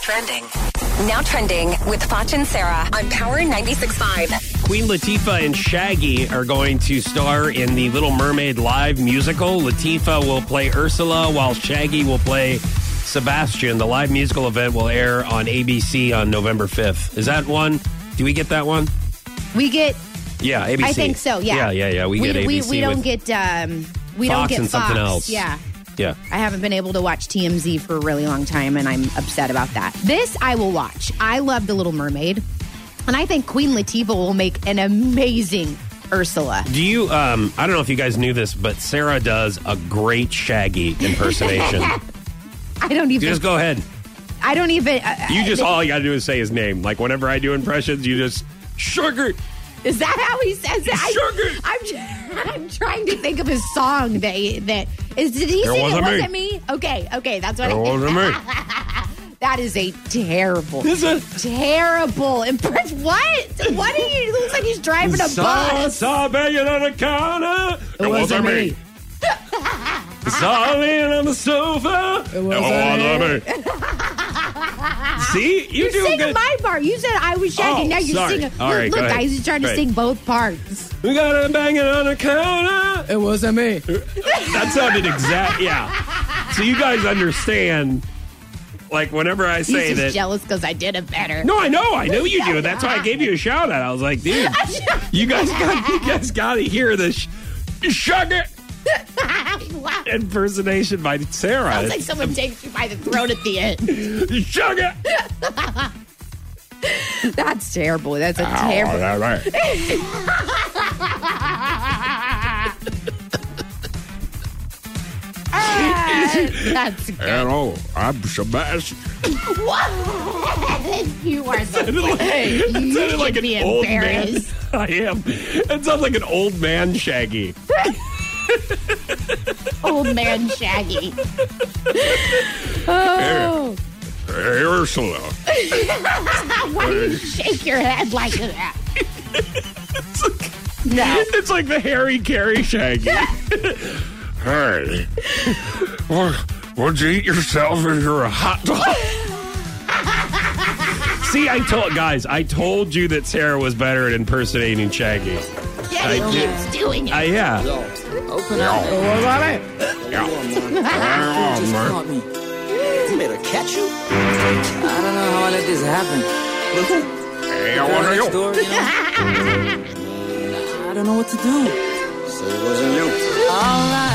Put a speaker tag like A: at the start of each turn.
A: trending. Now trending with Foch and Sarah on Power 96.5.
B: Queen Latifah and Shaggy are going to star in the Little Mermaid live musical. Latifah will play Ursula, while Shaggy will play Sebastian. The live musical event will air on ABC on November 5th. Is that one? Do we get that one?
C: We get,
B: Yeah, ABC.
C: I think so.
B: Yeah,
C: Yeah,
B: yeah, yeah. We, get ABC.
C: We, we don't
B: with-
C: get. Um, we
B: Fox
C: don't get
B: and something
C: Fox.
B: else.
C: Yeah.
B: Yeah.
C: I haven't been able to watch TMZ for a really long time, and I'm upset about that. This I will watch. I love The Little Mermaid, and I think Queen Latifah will make an amazing Ursula.
B: Do you? Um, I don't know if you guys knew this, but Sarah does a great Shaggy impersonation.
C: I don't even.
B: just go ahead.
C: I don't even. Uh,
B: You just all you got to do is say his name. Like whenever I do impressions, you just sugar.
C: Is that how he says it?
B: Sugar.
C: I, am I'm trying to think of his song that he, that is. Did he
B: It
C: sing
B: wasn't
C: it
B: me.
C: wasn't me. Okay, okay, that's what. I, That is a terrible,
B: It's a-
C: terrible impress. What? What are you? It looks like he's driving a bus.
B: begging on the counter. It
C: wasn't me.
B: Saw Lynn on the sofa. It
C: wasn't
B: me. See, you,
C: You're
B: do
C: singing
B: good.
C: my part. You said I was shaggy.
B: Oh,
C: now you're
B: sorry.
C: singing.
B: All
C: look,
B: right, go
C: look,
B: ahead.
C: guys, he's trying to
B: Go ahead.
C: sing both parts.
B: we got a banging on the counter.
D: It wasn't me.
B: That sounded exact. Yeah. So you guys understand, like whenever I
C: He's
B: say
C: just
B: that.
C: jealous because I did it better.
B: No, I know, I know you do. That's why I gave you a shout out. I was like, dude, you guys got, you guys got to hear this sh- sugar
C: wow.
B: impersonation by Sarah.
C: Sounds like someone takes you by the throat at the end.
B: sugar.
C: That's terrible. That's a terrible.
B: all right.
C: That's
B: Hello, oh, I'm Sebastian.
C: what? you are so funny.
B: It
C: You
B: sounded
C: should
B: like an
C: be
B: old man.
C: embarrassed.
B: I am. It sounds like an old man, Shaggy.
C: Old man Shaggy. Oh,
B: Hey, Ursula.
C: why do you shake your head like that? No.
B: It's like the Harry Carey Shaggy. hey. What, would you eat yourself if you're a hot dog? See, I told guys, I told you that Sarah was better at impersonating Shaggy.
C: Yeah, he
B: I did.
C: keeps doing it.
B: I yeah.
E: Open up.
D: It wasn't me.
B: Dạ. Oh,
E: just caught me. He better catch you. I don't know how I let this happen. Look who?
B: Dạ, Oh,
E: Girl next door, you know? I don't know what to do. So it wasn't you. All I